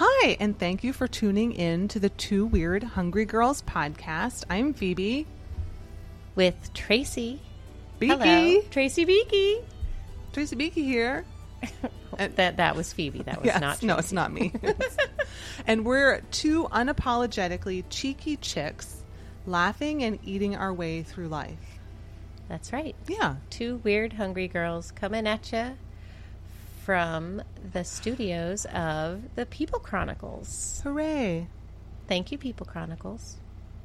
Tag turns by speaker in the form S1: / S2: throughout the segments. S1: Hi, and thank you for tuning in to the Two Weird Hungry Girls podcast. I'm Phoebe.
S2: with Tracy.
S1: Beaky.
S2: Hello, Tracy Beaky.
S1: Tracy Beaky here. And-
S2: that that was Phoebe. That was
S1: Yes,
S2: not
S1: no,
S2: Tracy.
S1: it's not me. and we're two unapologetically cheeky chicks laughing and eating our way through life.
S2: That's right.
S1: Yeah.
S2: Two weird hungry girls coming at you from the studios of the People Chronicles.
S1: Hooray.
S2: Thank you, People Chronicles.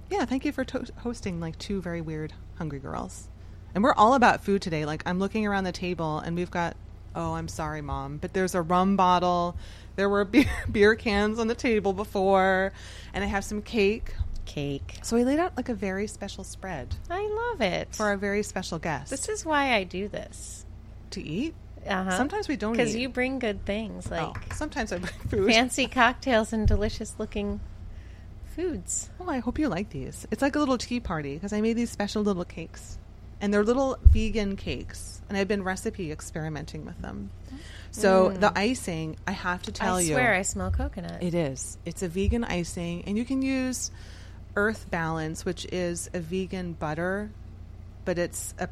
S1: Yeah, thank you for to- hosting like two very weird hungry girls. And we're all about food today. Like I'm looking around the table and we've got oh, I'm sorry mom, but there's a rum bottle. There were beer, beer cans on the table before and I have some cake.
S2: Cake.
S1: So I laid out like a very special spread
S2: I love it.
S1: for our very special guest
S2: this is why I do this.
S1: to eat.
S2: Uh-huh.
S1: Sometimes we don't
S2: because
S1: eat.
S2: you bring good things like
S1: Oh, sometimes I bring food.
S2: fancy cocktails and delicious looking foods.
S1: Well, Oh, I hope you like these. It's like a little tea party because I made these special little cakes. And they're little vegan cakes. And I've been recipe experimenting with them. So the icing, I have to tell
S2: Hmm. I
S1: you.
S2: swear, I smell coconut.
S1: It is. It's a vegan icing. And you can use Earth Balance, which is a vegan butter, but it's a,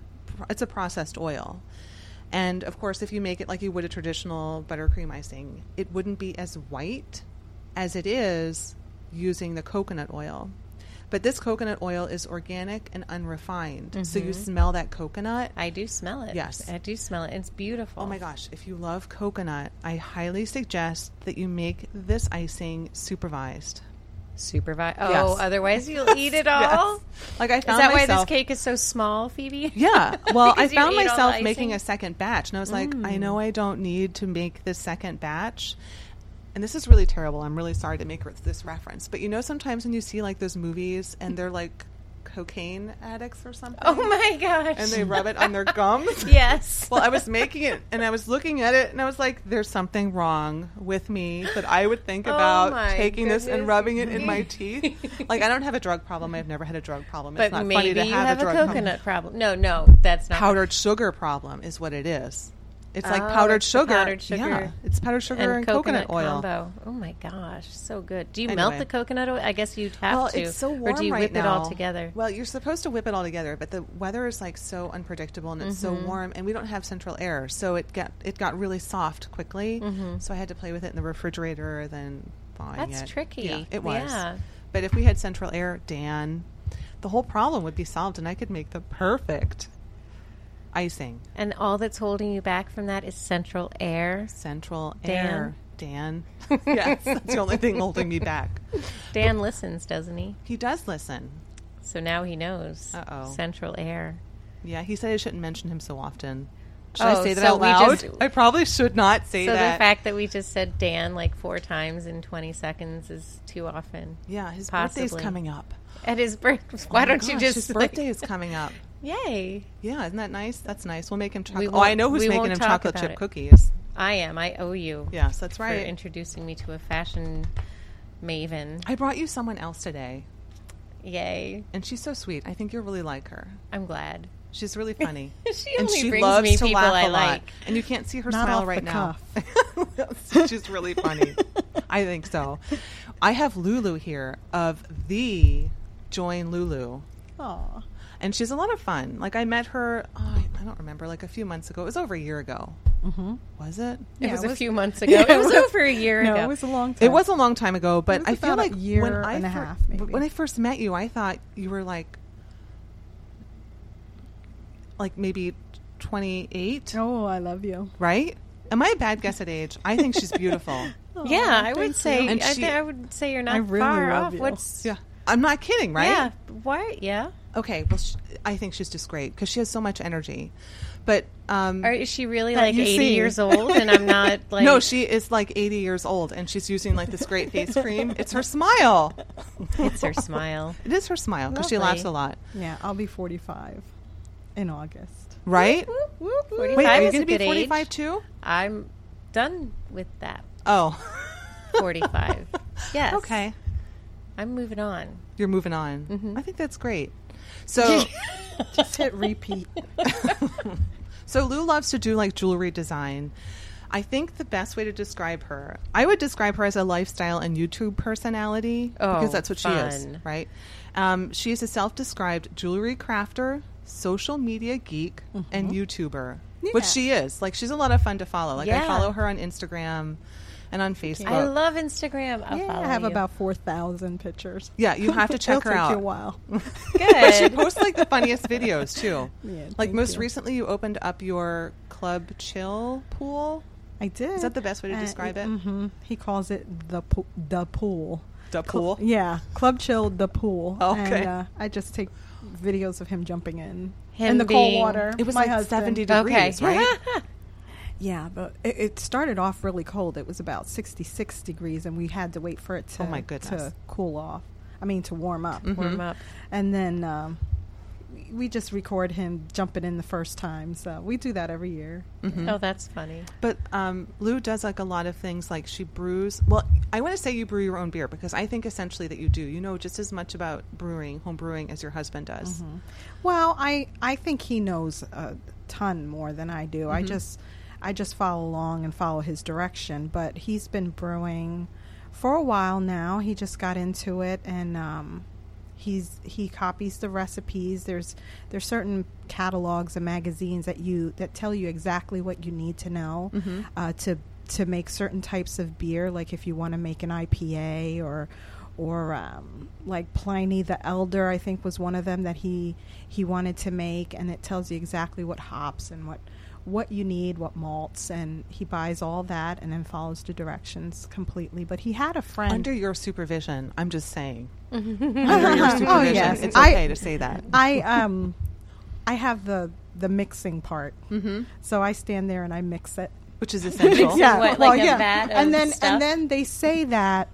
S1: it's a processed oil. And of course, if you make it like you would a traditional buttercream icing, it wouldn't be as white as it is using the coconut oil. But this coconut oil is organic and unrefined. So you smell that coconut.
S2: I do smell it.
S1: Yes.
S2: I do smell it. It's beautiful.
S1: Oh my gosh, if you love coconut, I highly suggest that you make this icing supervised.
S2: Supervise. Oh,
S1: Yes.
S2: otherwise you'll eat it all.
S1: Yes. Like I
S2: Is
S1: found
S2: that why this
S1: myself-
S2: cake is so small, Phoebe?
S1: Yeah. Well, I
S2: Because you
S1: found
S2: ate all the
S1: myself making
S2: icing? Mm.
S1: a second batch, and I was like, I know I don't need to make this second batch. And this is really terrible. I'm really sorry to make re- this reference, but you know, sometimes when you see like those movies and they're like cocaine addicts or something,
S2: Oh my gosh!
S1: and they rub it on their gums.
S2: yes.
S1: Well, I was making it and I was looking at it and I was like, there's something wrong with me that I would think
S2: Oh
S1: about
S2: my
S1: taking this and
S2: goodness.
S1: rubbing it in my teeth. Like, I don't have a drug problem. I've never had a drug problem. It's
S2: but
S1: not funny
S2: maybe
S1: to
S2: you
S1: have,
S2: have
S1: a
S2: a,
S1: drug problem.
S2: coconut problem. No, no, that's not.
S1: Powdered sugar problem is what it is. It's like
S2: Oh,
S1: powdered
S2: it's the
S1: sugar.
S2: powdered sugar
S1: Yeah, it's powdered sugar and,
S2: and coconut,
S1: oil.
S2: combo. Oh my gosh, so good. Do you
S1: Anyway.
S2: melt the coconut oil? I guess you'd have
S1: well,
S2: to.
S1: it's so warm
S2: or do you
S1: right
S2: whip
S1: now.
S2: it all together?
S1: Well, you're supposed to whip it all together, but the weather is like so unpredictable and it's
S2: Mm-hmm.
S1: so warm, and we don't have central air, so it got it got really soft quickly. So I had to play with it in the refrigerator, then thawing
S2: Mm-hmm. That's
S1: it.
S2: tricky.
S1: Yeah, it was.
S2: Yeah.
S1: But if we had central air, Dan, the whole problem would be solved, and I could make the perfect icing.
S2: and all that's holding you back from that is central air.
S1: Central
S2: Dan.
S1: air, Dan. yes, that's the only thing holding me back.
S2: Dan listens, doesn't he?
S1: He does listen.
S2: So now he knows.
S1: Uh-oh.
S2: Central air.
S1: Yeah, he said I shouldn't mention him so often. Should I
S2: Oh,
S1: say that
S2: so
S1: out
S2: we
S1: loud?
S2: just-
S1: I probably should not say
S2: So
S1: that.
S2: the fact that we just said Dan like four times in 20 seconds is too often.
S1: yeah, his birthday's
S2: Possibly.
S1: coming up.
S2: At his birthday,
S1: Oh
S2: why
S1: my
S2: don't you
S1: gosh,
S2: just
S1: his
S2: like-
S1: birthday is coming up?
S2: Yay!
S1: Yeah, isn't that nice? That's nice. We'll make him
S2: We
S1: chocolate. Oh, I know
S2: won't-
S1: who's
S2: we
S1: making
S2: won't
S1: him
S2: talk
S1: chocolate
S2: about
S1: chip
S2: it.
S1: cookies.
S2: I am. I owe you
S1: Yes, that's
S2: for
S1: right.
S2: introducing me to a fashion maven.
S1: I brought you someone else today,
S2: Yay!
S1: and she's so sweet. I think you'll really like her.
S2: I'm glad.
S1: She's really funny.
S2: She
S1: and
S2: only
S1: she
S2: brings
S1: loves
S2: me
S1: to
S2: people
S1: laugh
S2: I
S1: a lot.
S2: like.
S1: And you can't see her
S3: Not
S1: smile
S3: off
S1: right
S3: the
S1: now. She's really funny. I think so. I have Lulu here of the Join Lulu.
S3: Aw.
S1: and she's a lot of fun. Like I met her, oh, I don't remember, like a few months ago. It was over a year ago. Mm-hmm. Was it?
S2: It
S3: Yeah,
S2: was
S3: it
S2: a
S3: was-
S2: few months ago.
S3: Yeah,
S2: it was
S3: it was-
S2: over a year
S3: No,
S2: ago.
S3: it was a long time.
S1: It was a long time ago, but
S3: was
S1: I feel
S3: about a
S1: like
S3: year
S1: when I
S3: and a
S1: fir-
S3: half, maybe.
S1: when I first met you, I thought you were like, like maybe twenty eight,
S3: Oh, I love you.
S1: right? Am I a bad guess at age? I think she's beautiful.
S2: yeah, I
S3: Aw,
S2: would
S3: thank
S2: say.
S3: you.
S1: And
S2: I,
S1: she-
S2: thi- I would say you're not
S3: I really
S2: far
S3: love
S2: off.
S3: you.
S2: What's
S1: yeah, I'm not kidding, right?
S2: yeah? Why? Yeah.
S1: Okay. Well, sh I think she's just great because she has so much energy. But um,
S2: Or is she really like
S3: you
S2: 80
S3: see.
S2: years old and I'm not like
S1: no, she is like 80 years old and she's using like this great face cream. It's her smile.
S2: it's her smile.
S1: It is her smile because she
S2: Lovely.
S1: laughs a lot,
S3: Yeah, I'll be 45 in August.
S1: right?
S2: Forty
S1: Wait, are
S2: five
S1: you
S2: is
S1: going to
S2: a
S1: be
S2: good
S1: 45
S2: age.
S1: too?
S2: I'm done with that.
S1: Oh,
S2: 45. yes.
S1: okay.
S2: I'm moving on.
S1: You're moving on.
S2: Mm-hmm.
S1: I think that's great. So,
S3: Just hit repeat.
S1: so Lou loves to do like jewelry design. I think the best way to describe her, I would describe her as a lifestyle and YouTube personality
S2: Oh,
S1: because that's what she is,
S2: fun.
S1: right? Um, she is a self-described jewelry crafter, social media geek,
S2: Mm-hmm.
S1: and YouTuber,
S3: Yeah.
S1: which she is. Like she's a lot of fun to follow. Like
S2: Yeah.
S1: I follow her on Instagram and on Facebook.
S2: I love Instagram. I'll
S3: yeah,
S2: follow
S3: I have
S2: you.
S3: about 4,000 pictures.
S1: Yeah, you have to
S3: It'll
S1: check her
S3: take you a
S1: out.
S3: while.
S1: But she
S2: good.
S1: posts like the funniest videos too.
S3: Yeah,
S1: like
S3: thank
S1: most
S3: you.
S1: recently, you opened up your club chill pool.
S3: I did.
S1: Is that the best way to describe it?
S3: hmm He calls it the po- the pool.
S1: The
S3: Cl-
S1: pool. Oh,
S3: yeah, club chill the pool.
S1: Okay.
S3: And, uh, I just take videos of him jumping in
S2: Him
S3: in the cold
S2: being-
S3: water.
S1: It was
S3: my
S1: like
S3: husband.
S1: seventy
S2: Okay.
S1: degrees, right?
S3: Yeah, but it, it started off really cold. It was about 66 degrees, and we had to wait for it to,
S1: Oh, my goodness. Mm-hmm.
S3: to cool off. I mean, to warm up.
S2: warm up.
S3: And then um, we just record him jumping in the first time. So we do that every year.
S1: Mm-hmm.
S2: Oh, that's funny.
S1: But um, Lou does like a lot of things, like she brews. Well, I want to say you brew your own beer because I think essentially that you do. You know just as much about brewing, home brewing, as your husband does.
S3: Well, I I think he knows a ton more than I do. I just I just follow along and follow his direction. But he's been brewing for a while now. He just got into it, and um, he's he copies the recipes. There's there's certain catalogs and magazines that you that tell you exactly what you need to know uh, to to make certain types of beer. Like if you want to make an IPA or or um, like Pliny the Elder, I think was one of them that he he wanted to make, and it tells you exactly what hops and what what you need, what malts, and he buys all that and then follows the directions completely. But he had a friend
S1: Under your supervision, I'm just saying. Under your supervision, Oh,
S3: yes.
S1: it's
S3: I-
S1: okay to say that.
S3: I um, I have the the mixing part, mm-hmm. so I stand there and I mix it.
S1: Which is essential.
S2: Yeah. What, like a vat of
S3: and then
S2: stuff?
S3: and then they say that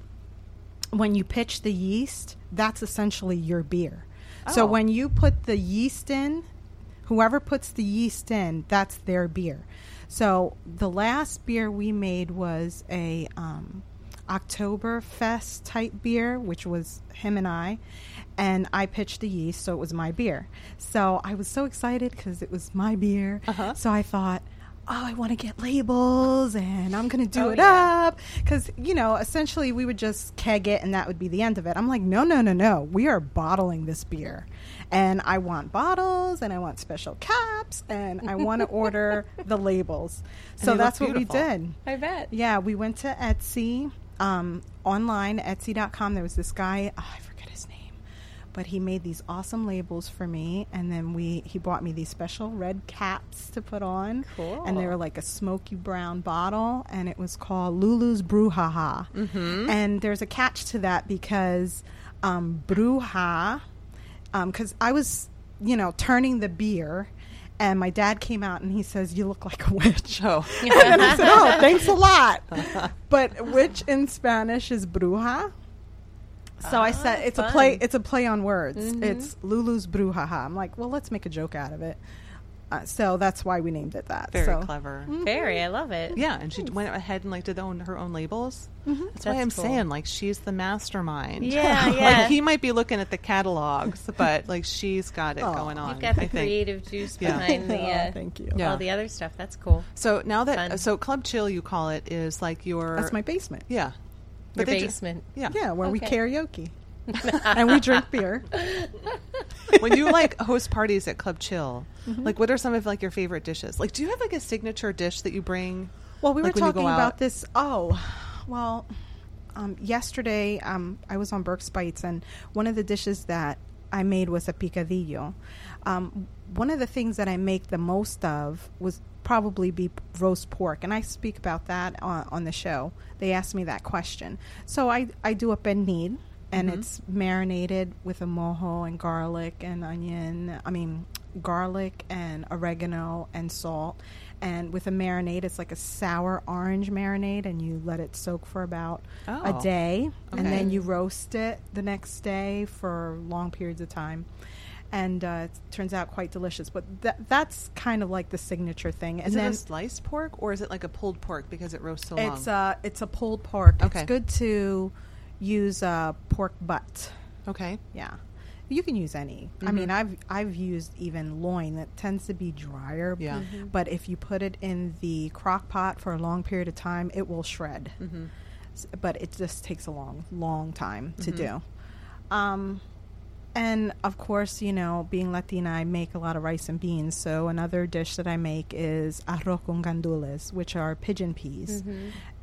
S3: when you pitch the yeast, that's essentially your beer. So
S1: Oh.
S3: when you put the yeast in, whoever puts the yeast in, that's their beer. So the last beer we made was a um, Oktoberfest type beer, which was him and I, and I pitched the yeast, so it was my beer. So I was so excited because it was my beer.
S1: Uh-huh.
S3: So I thought, oh, I want to get labels, and I'm gonna do
S2: Oh,
S3: it
S2: yeah.
S3: up up because you know essentially we would just keg it and that would be the end of it i'm like no no no no we are bottling this beer and i want bottles and i want special caps and i want to order the labels so
S1: they look
S3: that's what we
S1: beautiful.
S3: did
S2: I bet.
S3: yeah we went to etsy um, online etsy.com there was this guy oh, i forget his name but he made these awesome labels for me and then we he bought me these special red caps to put on
S2: Cool.
S3: and they were like a smoky brown bottle and it was called lulu's brouhaha mm-hmm. and there's a catch to that because um, brouhaha because i was you know turning the beer and my dad came out and he says you look like a witch
S1: Oh.
S3: and I said, "Oh, thanks a lot." But which in Spanish is bruja? So I said it's a play.
S2: fun.
S3: It's a play on words. It's Lulu's brujaha. I'm like, well, let's make a joke out of it. Uh, so that's why we named it that.
S1: Very
S3: so,
S1: clever.
S2: Very. I love it.
S1: Yeah, and she went ahead and like did own her own labels. That's, why
S2: Mm-hmm. That's
S1: I'm
S2: cool.
S1: saying like she's the mastermind.
S2: Yeah, yeah.
S1: like he might be looking at the catalogs, but like she's got it
S3: Aw.
S1: going on.
S2: You've got the
S1: I think.
S2: creative juice
S1: Yeah.
S2: behind the.
S3: Aw,
S2: Uh,
S3: Oh, thank you.
S1: Yeah.
S2: All the other stuff. That's cool.
S1: So now that
S2: Fun.
S1: so Club Chill, you call it, is like your
S3: That's my basement. Yeah,
S1: yeah,
S2: Your
S1: they ju-
S2: basement.
S1: yeah,
S3: where we
S2: Okay.
S3: karaoke and we drink beer.
S1: when you like host parties at Club Chill,
S2: Mm-hmm.
S1: like what are some of like your favorite dishes? Like, do you have like a signature dish that you bring?
S3: Well, we
S1: like,
S3: were
S1: when you go
S3: talking
S1: out?
S3: about this. Oh, well, um, yesterday um, I was on Burke's Bites, and one of the dishes that I made was a picadillo. Um, one of the things that I make the most of was probably be roast pork, and I speak about that on, on the show. They asked me that question, so I I do a pernil. And
S1: Mm-hmm.
S3: it's marinated with a mojo and garlic and onion. I mean, garlic and oregano and salt. And with a marinade, it's like a sour orange marinade, and you let it soak for about
S1: Oh.
S3: a day. And
S1: Okay.
S3: then you roast it the next day for long periods of time. And uh, it turns out quite delicious. But that, that's kind of like the signature thing. And
S1: Is
S3: then
S1: it a sliced pork or is it like a pulled pork because it roasts so long?
S3: it's, a, it's a pulled pork.
S1: Okay.
S3: It's good to use a uh, pork butt.
S2: uh,
S1: okay,
S3: Yeah. You can use any. I mean, I've I've used even loin that tends to be drier.
S1: Yeah.
S3: But if you put it in the crock pot for a long period of time, it will shred. S- But it just takes a long, long time to do. Um, and of course, you know, being Latina, I make a lot of rice and beans. So another dish that I make is arroz con gandules, which are pigeon peas,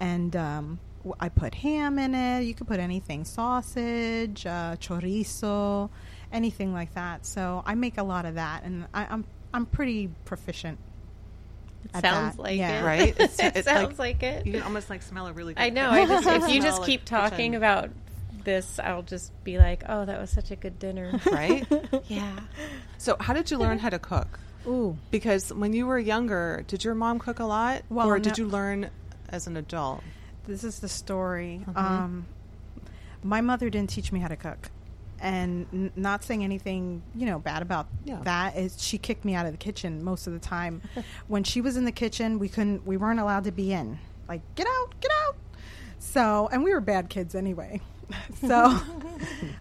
S3: and um, w- I put ham in it. You could put anything, sausage, uh, chorizo, anything like that. So I make a lot of that, and I, I'm I'm pretty proficient.
S2: It
S3: at
S2: sounds
S3: that.
S2: like
S3: Yeah.
S2: it.
S1: Right? It's-
S2: it
S1: it's
S2: sounds like, it.
S1: You can almost like smell a really good
S2: I know. I just, if you
S1: smell
S2: just
S1: a
S2: keep
S1: kitchen.
S2: talking about this, I'll just be like, oh, that was such a good dinner.
S1: Right?
S2: yeah.
S1: So, how did you learn how to cook?
S3: Ooh.
S1: Because when you were younger, did your mom cook a lot?
S3: Well,
S1: or did
S3: no-
S1: you learn as an adult?
S3: this is the story. Um, my mother didn't teach me how to cook, and n- not saying anything you know bad about
S1: Yeah.
S3: that is she kicked me out of the kitchen most of the time. when she was in the kitchen, we couldn't, we weren't allowed to be in. Like get out, get out. So, and we were bad kids anyway. so,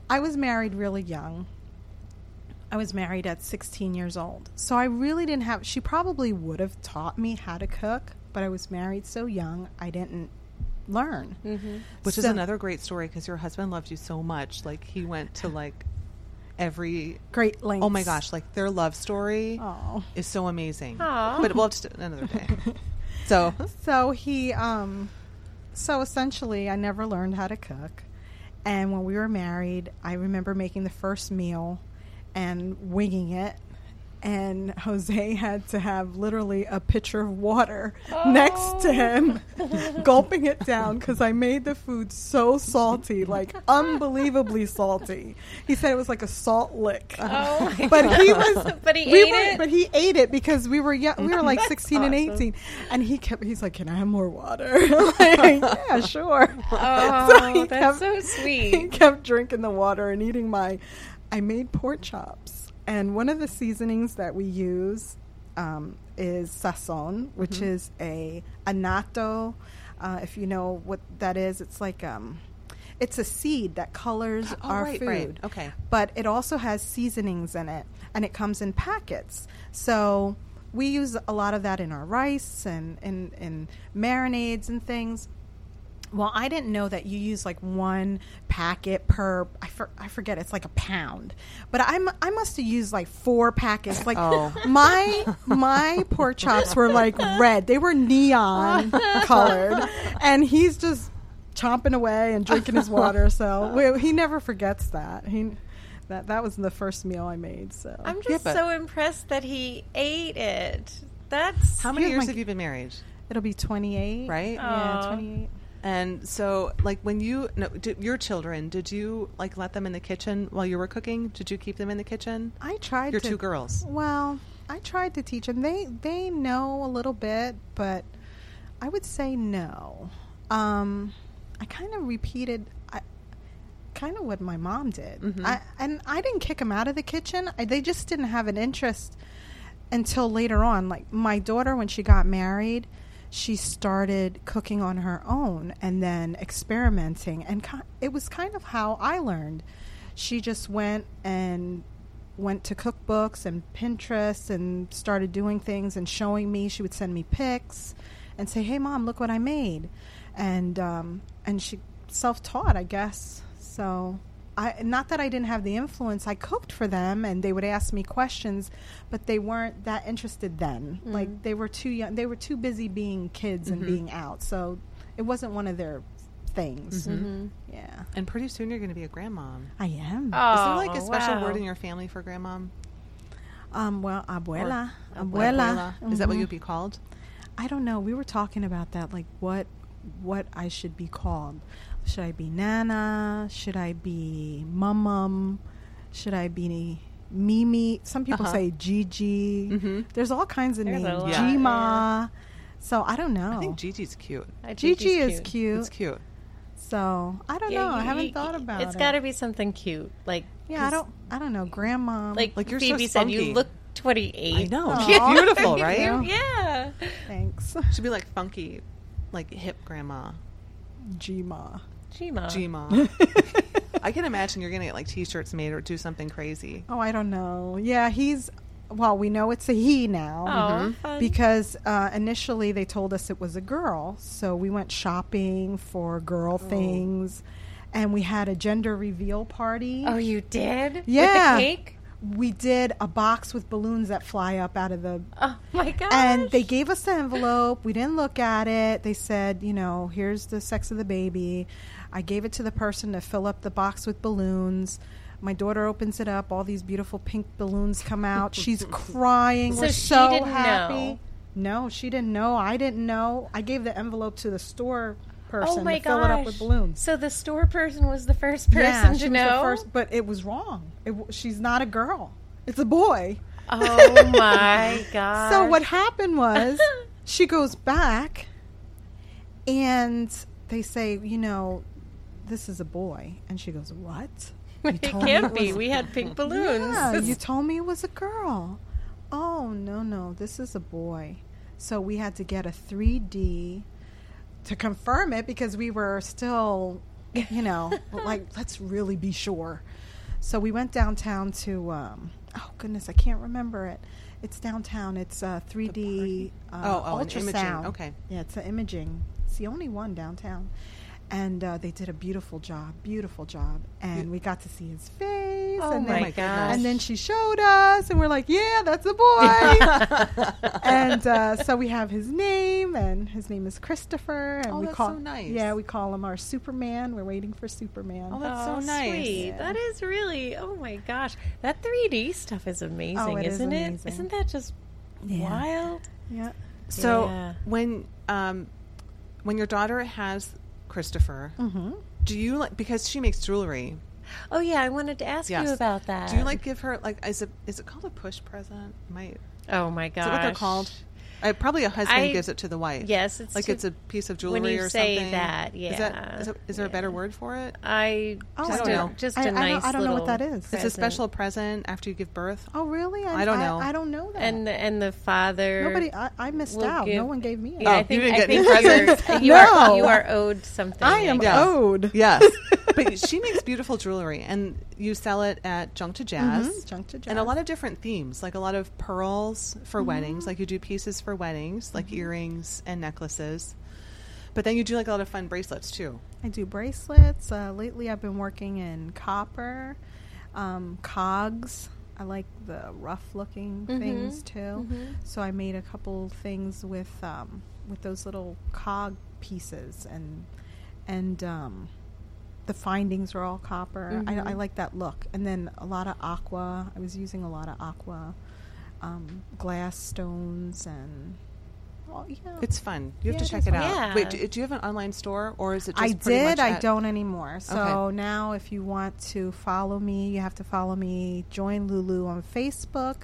S3: I was married really young. I was married at 16 years old. So I really didn't have, she probably would have taught me how to cook, but I was married so young, I didn't learn. Mm-hmm.
S1: Which is another great story because your husband loved you so much. Like, he went to like every.
S3: great length.
S1: Oh my gosh, like their love story
S3: Oh.
S1: is so amazing.
S2: Aw.
S1: But we'll just another day. So,
S3: So he, um, so essentially, I never learned how to cook. And when we were married, I remember making the first meal and winging it. And Jose had to have literally a pitcher of water next to him, gulping it down because I made the food so salty, like unbelievably salty. He said it was like a salt lick.
S2: Oh, my
S3: but he was
S2: But he
S3: we
S2: ate
S3: were,
S2: it?
S3: But he ate it because we were young, we were like
S2: That's
S3: sixteen and
S2: awesome.
S3: eighteen, and he kept. He's like, "Can I have more water?" like, yeah, sure.
S2: Oh,
S3: he
S2: that's so
S3: He
S2: sweet.
S3: kept drinking the water and eating my. I made pork chops, and one of the seasonings that we use um, is sazon, which
S2: Mm-hmm.
S3: is a anato. Uh, if you know what that is, it's like um, it's a seed that colors
S1: Oh,
S3: our
S1: right,
S3: food.
S1: right. Okay.
S3: But it also has seasonings in it, and it comes in packets. So we use a lot of that in our rice and in in marinades and things. Well, I didn't know that you use like one packet per. I, for, I forget. It's like a pound, but I'm I must have used like four packets. Like
S1: Oh.
S3: my my pork chops were like red. They were neon colored, and he's just chomping away and drinking his water. So we, he never forgets that. He that that was the first meal I made. So
S2: I'm just
S1: but-
S2: so impressed that he ate it. That's
S1: how many
S3: Here's
S1: years
S3: my-
S1: have you been married?
S3: it'll be 28,
S1: Right?
S3: Yeah,
S2: Aw.
S3: 28.
S1: And so, like when you, no, d your children, did you like let them in the kitchen while you were cooking? Did you keep them in the kitchen?
S3: I tried.
S1: Your
S3: to,
S1: two girls.
S3: Well, I tried to teach them. They they know a little bit, but I would say no. Um, I kind of repeated I, kind of what my mom did, I, and I didn't kick them out of the kitchen. I, they just didn't have an interest until later on. Like my daughter, when she got married. She started cooking on her own and then experimenting, and ki- it was kind of how I learned. She just went and went to cookbooks and Pinterest and started doing things and showing me. She would send me pics and say, "Hey, mom, look what I made," and um, and she self-taught, I guess. So. I, not that I didn't have the influence. I cooked for them, and they would ask me questions, but they weren't that interested then. Like they were too young. They were too busy being kids and being out. So it wasn't one of their things.
S2: Mm-hmm.
S3: Yeah,
S1: And pretty soon you're going to be a grandmom.
S3: I am.
S2: Oh,
S1: Is there like a special
S2: wow.
S1: word in your family for grandmom?
S3: Um, well, abuela,
S1: Or
S3: abuela.
S1: Is that what
S3: Mhm.
S1: you'd be called?
S3: I don't know. We were talking about that, like what what I should be called. Should I be Nana? Should I be Mum Mum? Should I be Mimi? Some people say Gigi.
S1: Mm-hmm.
S3: There's all kinds of
S2: There's a
S3: names.
S2: lot,
S3: Gima. So I don't know.
S1: I think Gigi's cute.
S2: I think
S3: Gigi
S2: he's
S3: is Oh. cute.
S1: It's cute.
S3: So I don't know. I
S2: you-
S3: haven't
S2: you-
S3: thought about it.
S2: It's got to be something cute, like
S3: Yeah, I don't. I don't know. Grandma.
S2: like,
S1: Like, you're so
S2: Phoebe said. You
S1: spunky.
S2: look
S1: I
S2: twenty-eight.
S1: know.
S3: Aw.
S1: Beautiful,
S3: Thank
S1: right?
S3: you.
S2: Yeah.
S3: thanks.
S1: Should be like funky, like hip grandma.
S3: Gima.
S2: Uh. Gima.
S1: G mom. I can imagine you're going to get like T-shirts made or do something crazy.
S3: Oh, I don't know. Yeah, he's. Well, we know it's a he now.
S2: Oh, fun.
S3: because uh, initially they told us it was a girl, so we went shopping for
S2: Oh.
S3: girl things, and we had a gender reveal party.
S2: oh, you did?
S3: Yeah.
S2: With the cake?
S3: We did a box with balloons that fly up out of the,
S2: Oh my gosh.
S3: and they gave us the envelope. We didn't look at it. They said, you know, here's the sex of the baby. I gave it to the person to fill up the box with balloons. My daughter opens it up. All these beautiful pink balloons come out. She's crying.
S2: So
S3: We're
S2: she
S3: so
S2: didn't
S3: happy.
S2: know.
S3: No, she didn't know. I didn't know. I gave the envelope to the store person
S2: oh my
S3: to fill it up with
S2: gosh.
S3: balloons.
S2: So the store person was the first person
S3: yeah,
S2: to
S3: she was
S2: know.
S3: the first, but it was wrong. It, w- she's not a girl. It's a boy.
S2: Oh my god.
S3: So what happened was she goes back and they say, you know, this is a boy. And she goes, What?
S2: it
S3: told me
S2: can't
S3: it
S2: be.
S3: was-
S2: We had pink balloons.
S3: Yeah, you told me it was a girl. Oh, no, no, this is a boy. So we had to get a 3D to confirm it because we were still, you know, like, let's really be sure. So we went downtown to, um, oh, goodness, I can't remember it. It's downtown. It's uh, 3D uh,
S1: Oh, oh, an
S3: ultrasound.
S1: imaging, okay.
S3: Yeah, it's an imaging. It's the only one downtown. And uh, they did a beautiful job, beautiful job. And we got to see his face.
S2: oh
S3: and
S2: my,
S3: then
S1: my
S2: gosh.
S1: goodness.
S3: and then she showed us, and we're like, "Yeah, that's a boy." and uh, so we have his name, and his name is Christopher. And
S1: Oh,
S3: we
S1: that's
S3: call,
S1: so nice.
S3: Yeah, we call him our Superman. We're waiting for Superman.
S1: Oh, that's so nice.
S2: Sweet.
S3: Yeah.
S2: That is really. Oh my gosh, that 3D stuff is amazing,
S3: Oh, it is
S2: isn't it?
S3: amazing.
S2: Isn't that just
S3: Yeah.
S2: wild?
S3: yeah.
S1: So
S2: Yeah.
S1: when um, when your daughter has Christopher,
S3: Mm-hmm.
S1: do you like because she makes jewelry?
S2: Oh yeah, I wanted to ask
S1: Yes.
S2: you about that.
S1: Do you like give her like is it is it called a push present? Might
S2: Oh my
S1: is
S2: gosh,
S1: that what they're called? Uh, probably a husband
S2: I-
S1: gives it to the wife.
S2: Yes, it's
S1: like
S2: to-
S1: it's a piece of jewelry
S2: when you
S1: or
S2: say
S1: something.
S2: that,
S1: Is
S2: yeah.
S1: that is, it, is there a better
S2: Yeah.
S1: word for it?
S2: I
S3: Oh,
S2: just
S1: I don't
S2: a,
S1: know.
S2: Just a
S3: I- I don't-
S2: nice.
S3: I don't know what
S2: little
S3: that is.
S1: It's
S3: It's a
S1: a
S2: present.
S1: special present after you give birth.
S3: Oh, really?
S1: I don't know.
S3: I, don't know that.
S2: And and the father.
S3: nobody, I, I missed
S2: will
S3: out.
S2: give-
S3: no one gave me.
S2: Yeah,
S1: Oh,
S2: I
S1: you
S2: think,
S1: didn't
S2: I
S1: get any
S2: think you're-
S3: presents?
S2: You are,
S3: No.
S2: you are owed something.
S3: I am
S1: Yeah.
S3: owed.
S1: Yes, but she makes beautiful jewelry, and you sell it at Junk to Jazz.
S2: Mm-hmm.
S3: Mhm, Junk to
S1: and a
S3: Jazz.
S1: lot of different themes, like a lot of pearls for
S2: Mm-hmm.
S1: weddings. Like you do pieces for weddings, like earrings and necklaces. But then you do like a lot of fun bracelets too.
S3: I do bracelets. Uh, lately, I've been working in copper, um, cogs. I like the rough looking things too. So I made a couple things with um, with those little cog pieces, and and um, the findings are all copper. I, I like that look. And then a lot of aqua. I was using a lot of aqua um, glass stones and. Well, yeah.
S1: It's fun. You have to
S3: Yeah, it
S1: check
S3: is
S1: it
S3: fun.
S1: out.
S2: Yeah.
S1: Wait, do, do you have an online store, or is it? Just
S3: I
S1: pretty
S3: did.
S1: much
S3: I
S1: at-
S3: don't anymore. So
S1: Okay.
S3: now, if you want to follow me, you have to follow me. Join Lulu on Facebook,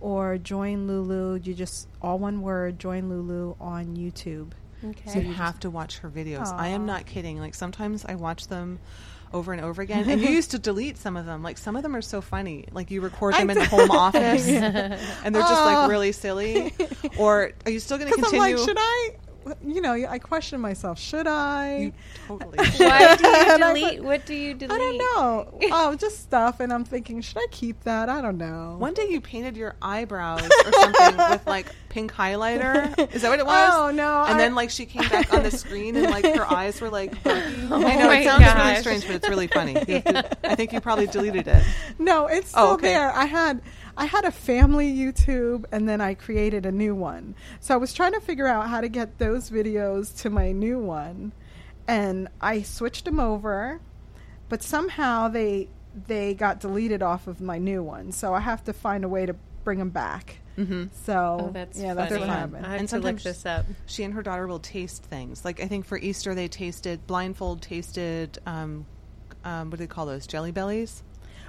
S3: or join Lulu. You just all one word. Join Lulu on YouTube.
S2: Okay.
S1: So you have to watch her videos. I am
S3: Aw.
S1: not kidding. Like sometimes I watch them over and over again. And you used to delete some of them. Like some of them are so funny. Like you record
S3: I
S1: them in the
S3: did.
S1: home office, and they're just
S3: Oh.
S1: like really silly. Or are you still going to
S3: Because I'm
S1: continue?
S3: like, should I? You know, I question myself. Should I?
S1: You totally. should.
S2: Why do you
S3: And I was
S2: delete? What do you delete?
S3: I don't know. oh, just stuff. And I'm thinking, should I keep that? I don't know.
S1: One day you painted your eyebrows or something with like pink highlighter. Is that what it was?
S3: Oh, no,
S1: And
S3: I-
S1: then like she came back on the screen and like her eyes were like. buggy. I know
S2: Oh my
S1: it sounds
S2: gosh.
S1: really strange, but it's really funny. You have to- I think you probably deleted it.
S3: No, it's still
S1: Oh, okay.
S3: there. I had I had a family YouTube and then I created a new one. So I was trying to figure out how to get those videos to my new one and I switched them over, but somehow they they got deleted off of my new one. So I have to find a way to bring them back. Mm-hmm. So
S2: Oh, that's
S3: yeah,
S2: funny.
S3: that's what
S1: fun.
S3: happened.
S2: I have
S1: And
S2: to look
S1: sometimes-
S2: this up.
S1: She and her daughter will taste things. Like I think for Easter they tasted blindfold tasted. Um, um, what do they call those? Jelly bellies.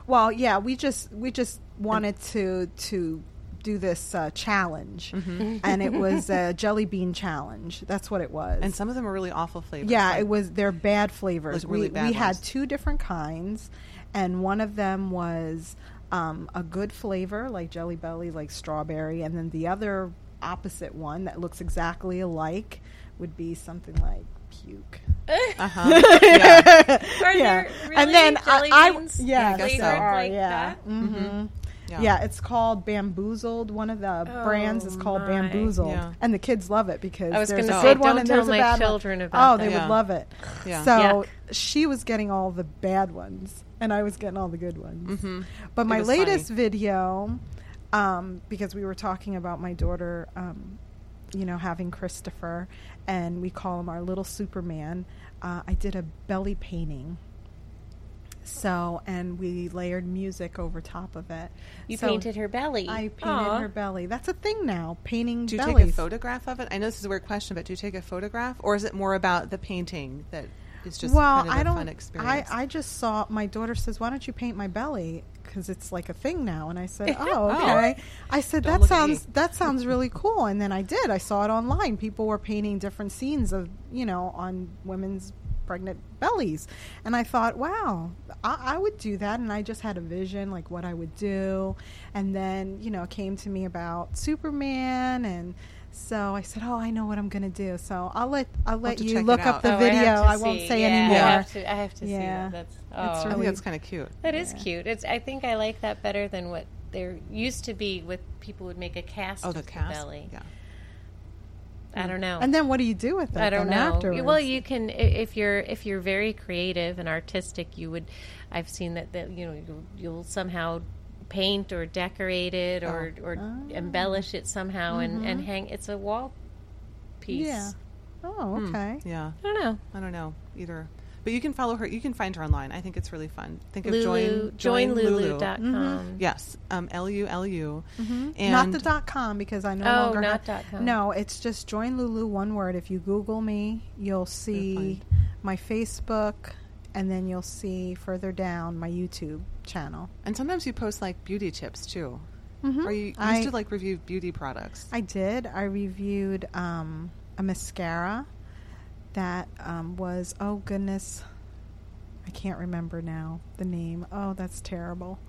S3: Well, yeah, we just we just wanted to to do this uh, challenge,
S1: Mm-hmm.
S3: and it was a jelly bean challenge. That's what it was.
S1: And some of them are really awful flavors.
S3: Yeah,
S1: Like,
S3: it was they're bad flavors.
S1: Those really
S3: we
S1: bad
S3: we had
S1: ones.
S3: two different kinds, and one of them was um, a good flavor like Jelly Belly, like strawberry, and then the other opposite one that looks exactly alike would be something like puke.
S1: Uh-huh. yeah.
S4: Are
S3: yeah,
S4: there really
S3: and then I,
S4: jelly
S3: I
S4: beans
S1: I guess
S3: yeah,
S4: flavored
S1: so.
S3: there are,
S4: like
S3: yeah.
S4: that?
S3: hmm
S1: Yeah.
S3: Yeah. it's called Bamboozled. One of the brands is
S2: Oh,
S3: called
S2: my.
S3: Bamboozled,
S1: Yeah.
S3: and the kids love it because
S2: I was
S3: there's
S2: gonna
S3: a
S2: say,
S3: good one
S2: don't
S3: and
S2: tell
S3: there's
S2: my
S3: a bad
S2: children
S3: one.
S2: about
S3: oh, they
S2: that.
S1: Yeah.
S3: would love it.
S1: Yeah.
S3: So
S2: Yuck.
S3: she was getting all the bad ones, and I was getting all the good ones.
S1: Mhm.
S3: But my
S1: was
S3: latest video, um, because we were talking about my daughter, um, you know, having Christopher, and we call him our little Superman. Uh, I did a belly painting. So, and we layered music over top of it.
S2: You
S3: So
S2: painted her belly.
S3: I painted
S4: Aw.
S3: her belly. That's a thing now, painting
S1: Do you
S3: bellies.
S1: take a photograph of it? I know this is a weird question, but do you take a photograph, or is it more about the painting that is just
S3: well,
S1: kind of
S3: I
S1: a
S3: don't.
S1: fun experience?
S3: I I just saw my daughter says, "Why don't you paint my belly?" Because it's like a thing now. And I said,
S1: Oh.
S3: "Oh, okay." I said
S1: Don't
S3: that
S1: look at me."
S3: sounds that sounds really cool. And then I did. I saw it online. People were painting different scenes of you know on women's pregnant bellies, and I thought, wow, I, I would do that. And I just had a vision like what I would do, and then you know it came to me about Superman and. So I said, "Oh, I know what I'm going to do. So I'll let I'll let
S1: to
S3: you
S1: check it
S3: look up
S1: out.
S3: the
S2: Oh,
S3: video.
S2: I, have to
S3: I, won't
S2: see.
S3: say
S2: yeah,
S3: anymore."
S2: I have to, I have to
S3: Yeah.
S2: see that. That's
S3: It's
S2: oh.
S1: I think
S3: really-
S1: that's kind of cute.
S2: That is cute. It's. I think I like that better than what there used to be with people would make a cast
S1: Oh, the
S2: of
S1: cast.
S2: the belly.
S1: Yeah.
S2: I don't know.
S3: And then what do you do with it?
S2: I don't
S3: then
S2: know.
S3: Afterwards?
S2: Well, you can i- if you're if you're very creative and artistic, you would. I've seen that that you know you, you'll somehow paint or decorate it or
S1: Oh.
S2: or
S1: Ah.
S2: embellish it somehow and
S1: Mm-hmm.
S2: and hang. It's a wall piece.
S3: yeah. Oh,
S1: Hmm.
S3: okay.
S1: Yeah.
S2: I don't know.
S1: I don't know either. But you can follow her. You can find her online. I think it's really fun. Think of
S2: Lulu,
S1: join join Lulu.
S2: joinlulu.com.
S1: Yes, um, L U L U. And
S3: Mm-hmm. Not the dot com because I no
S2: Oh,
S3: longer
S2: not
S3: have-
S2: dot com.
S3: No, it's just join Lulu one word. If you Google me, you'll see my Facebook, and then you'll see further down my YouTube channel.
S1: and sometimes you post like beauty tips too. Or you used
S3: Mm-hmm. I-
S1: to like review beauty products.
S3: I did. I reviewed um, a mascara that um, was oh goodness, I can't remember now the name. Oh, that's terrible.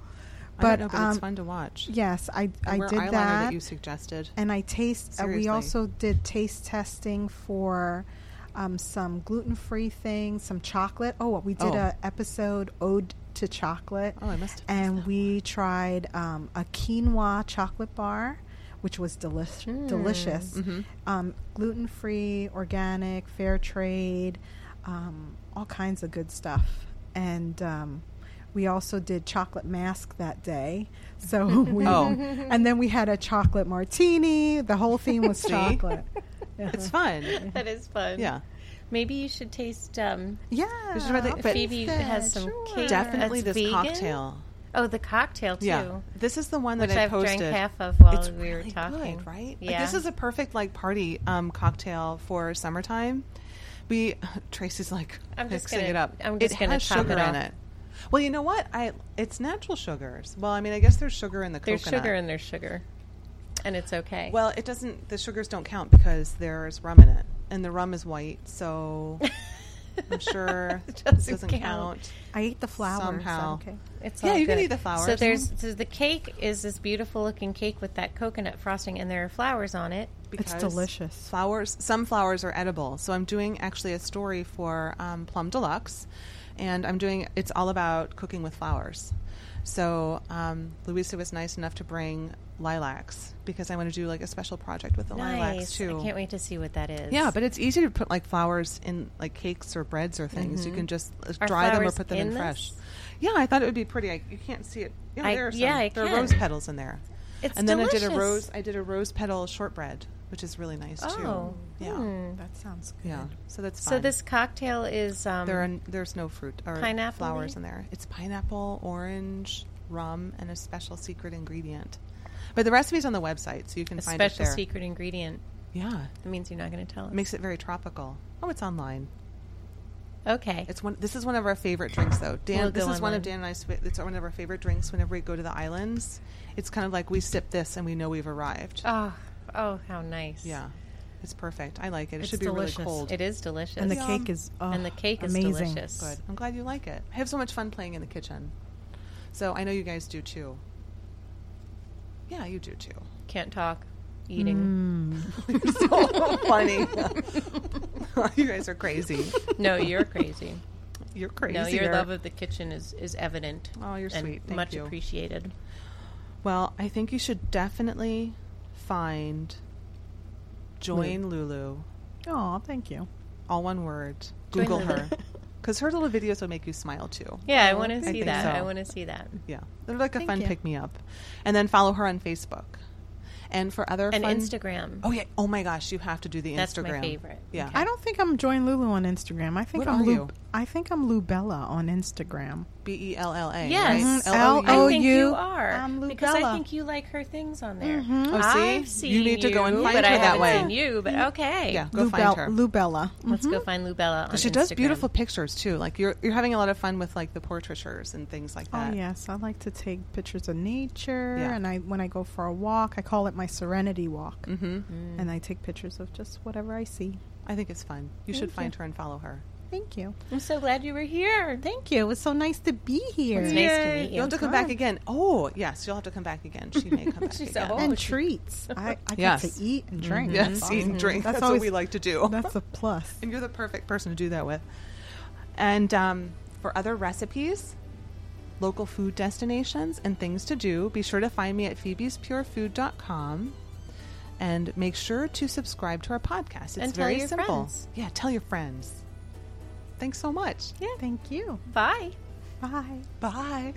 S1: I don't know, but
S3: um,
S1: it's fun to watch.
S3: Yes, I I
S1: and wear
S3: did
S1: eyeliner
S3: that.
S1: you suggested.
S3: and I taste. Uh,
S1: Seriously.
S3: we also did taste testing for um, some gluten free things, some chocolate. Oh, we did
S1: Oh.
S3: a episode ode to chocolate.
S1: Oh, I must have missed
S3: And we tried um, a quinoa chocolate bar, which was deli-
S1: Hmm.
S3: delicious.
S1: Mm-hmm.
S3: Um, gluten free, organic, fair trade, um, all kinds of good stuff. And um, we also did chocolate mask that day. So we,
S1: Oh.
S3: and then we had a chocolate martini. The whole theme was chocolate.
S1: It's fun.
S2: That is fun.
S1: Yeah.
S2: Maybe you should taste. Um,
S3: Yeah,
S1: Did you try the-
S3: I'll
S1: but-
S2: Phoebe
S3: taste
S2: has
S3: it,
S2: some
S3: sure.
S2: cake.
S1: Definitely
S2: That's
S1: this
S2: vegan?
S1: cocktail.
S2: oh, the cocktail too.
S1: Yeah. This is the one that
S2: Which
S1: I
S2: I've drank
S1: posted.
S2: half of while
S1: it's
S2: we were
S1: really
S2: talking.
S1: good, right? Like,
S2: Yeah.
S1: this is a perfect like party um, cocktail for summertime. We Tracy's like
S2: I'm just
S1: mixing
S2: gonna-
S1: it up.
S2: I'm just
S1: it
S2: gonna
S1: has
S2: top
S1: sugar
S2: it
S1: in
S2: off.
S1: it. Well, you know what? I it's natural sugars. Well, I mean, I guess there's sugar in the
S2: There's
S1: coconut.
S2: sugar in there's sugar, and it's okay.
S1: Well, it doesn't. The sugars don't count because there's rum in it, and the rum is white, so I'm sure
S2: It
S1: this
S2: doesn't
S1: doesn't
S2: count.
S1: count.
S3: I ate the flowers.
S1: Somehow.
S3: Okay.
S2: It's
S1: Yeah,
S2: all
S1: you can
S2: good.
S1: eat the flowers.
S2: So there's so the cake is this beautiful looking cake with that coconut frosting, and there are flowers on it.
S1: because
S3: delicious.
S1: Flowers. Some flowers are edible. So I'm doing actually a story for um, Plum Deluxe, and I'm doing. It's all about cooking with flowers. So um, Louisa was nice enough to bring lilacs because I want to do like a special project with the lilacs
S2: Nice.
S1: too.
S2: I can't wait to see what that is.
S1: Yeah, but it's easy to put like flowers in like cakes or breads or things. You can just uh,
S2: Mm-hmm. Are
S1: dry them or
S2: flowers
S1: put them
S2: in
S1: in,
S2: this?
S1: fresh. Yeah, I thought it would be pretty. I, you can't see it. Yeah,
S2: I-
S1: there are some.
S2: yeah, I
S1: there
S2: can.
S1: are rose petals in there.
S2: It's
S1: and then I did a
S2: delicious.
S1: rose. I did a rose petal shortbread, which is really nice
S2: Oh,
S1: too. Yeah,
S3: That sounds good.
S1: yeah. So that's
S2: so
S1: fun.
S2: this cocktail is um,
S1: there are n- there's no fruit or
S2: Pineapple-y?
S1: flowers in there. It's pineapple, orange, rum, and a special secret ingredient. But the recipe's on the website, so you can
S2: a
S1: find
S2: special
S1: it there.
S2: secret ingredient.
S1: Yeah,
S2: That means you're not going to tell us.
S1: it makes it very tropical. Oh, it's online.
S2: okay.
S1: It's one. This is one of our favorite drinks, though. Dan,
S2: We'll
S1: this
S2: go
S1: is one
S2: online.
S1: of Dan and I. swi- It's one of our favorite drinks. Whenever we go to the islands, it's kind of like we sip this and we know we've arrived.
S2: Oh, oh, how nice.
S1: yeah, it's perfect. I like it. It
S3: It's
S1: should be
S3: delicious.
S1: really cold.
S2: It is delicious.
S3: And the
S1: Yum.
S3: cake is oh,
S2: And the cake is
S3: amazing.
S2: delicious.
S1: Good. I'm glad you like it. I have so much fun playing in the kitchen. So I know you guys do too. Yeah, you do too.
S2: Can't talk. eating.
S1: Mm.
S3: Mm.
S1: so funny. you guys are crazy.
S2: No, you're crazy.
S1: You're crazy.
S2: No, your love of the kitchen is, is evident.
S1: Oh, you're
S2: and
S1: sweet. Thank
S2: much
S1: you.
S2: appreciated.
S1: Well, I think you should definitely find join Lulu.
S3: Oh, thank you.
S1: All one word.
S2: Join
S1: Google
S2: Lulu.
S1: her. Because her little videos will make you smile too.
S2: Yeah, I want to
S1: Oh, think
S2: see that.
S1: so.
S2: I want to see that.
S1: Yeah. They're like a
S3: Thank
S1: fun
S3: you.
S1: pick me up. And then follow her on Facebook. And for other
S2: And
S1: fun
S2: Instagram.
S1: Oh yeah. Oh my gosh, you have to do the
S2: That's my
S1: Instagram.
S2: favorite.
S1: Yeah.
S2: Okay.
S3: I don't think I'm join Lulu on Instagram. I think
S1: What
S3: I'm
S1: are
S3: Lu-
S1: you?
S3: I think I'm Lubella on Instagram.
S1: B E L L A.
S2: Yes. Mm-hmm.
S1: Right? L O U.
S2: I think
S3: you-
S2: you are
S3: I'm
S2: because I
S3: Lubella.
S2: think you like her things on there.
S1: Oh, see?
S2: I've seen
S1: You need to go and
S2: you,
S1: find
S2: but
S1: her
S2: I
S1: that
S2: haven't
S1: way.
S2: seen you. But okay,
S1: Yeah. Go
S3: Lubel-
S1: find her.
S3: Lubella.
S2: let's go find Lubella. On
S1: She does
S2: Instagram.
S1: beautiful pictures too. Like you're you're having a lot of fun with like the portraitures and things like
S3: Oh
S1: that.
S3: yes, I like to take pictures of nature,
S1: Yeah.
S3: and I when I go for a walk, I call it my serenity walk,
S2: Mm-hmm.
S3: and I take pictures of just whatever I see.
S1: Mm-hmm. I think it's fun. You should find her and follow her.
S3: Thank you,
S2: I'm so glad you were here.
S3: thank you. It was so nice to be here
S2: It's nice to
S1: Yay.
S2: meet you.
S1: You'll have to come back again. Oh yes, you'll have to come back again. She may come back
S2: She's
S1: again.
S2: so old.
S3: and treats. I, I get
S1: Oh, Yes. Mm-hmm.
S3: to eat and drink.
S1: Yes,
S3: That's
S1: eat and
S3: awesome.
S1: drink. That's, what we like to do.
S3: That's a plus.
S1: and you're the perfect person to do that with. And um, for other recipes, local food destinations, and things to do, be sure to find me at phoebe'spurefood.com. And make sure to subscribe to our podcast. It's
S2: And tell
S1: very
S2: your
S1: simple.
S2: friends.
S1: Yeah, tell your friends. Thanks so much.
S3: Thank you.
S2: Bye.
S3: Bye.
S1: Bye.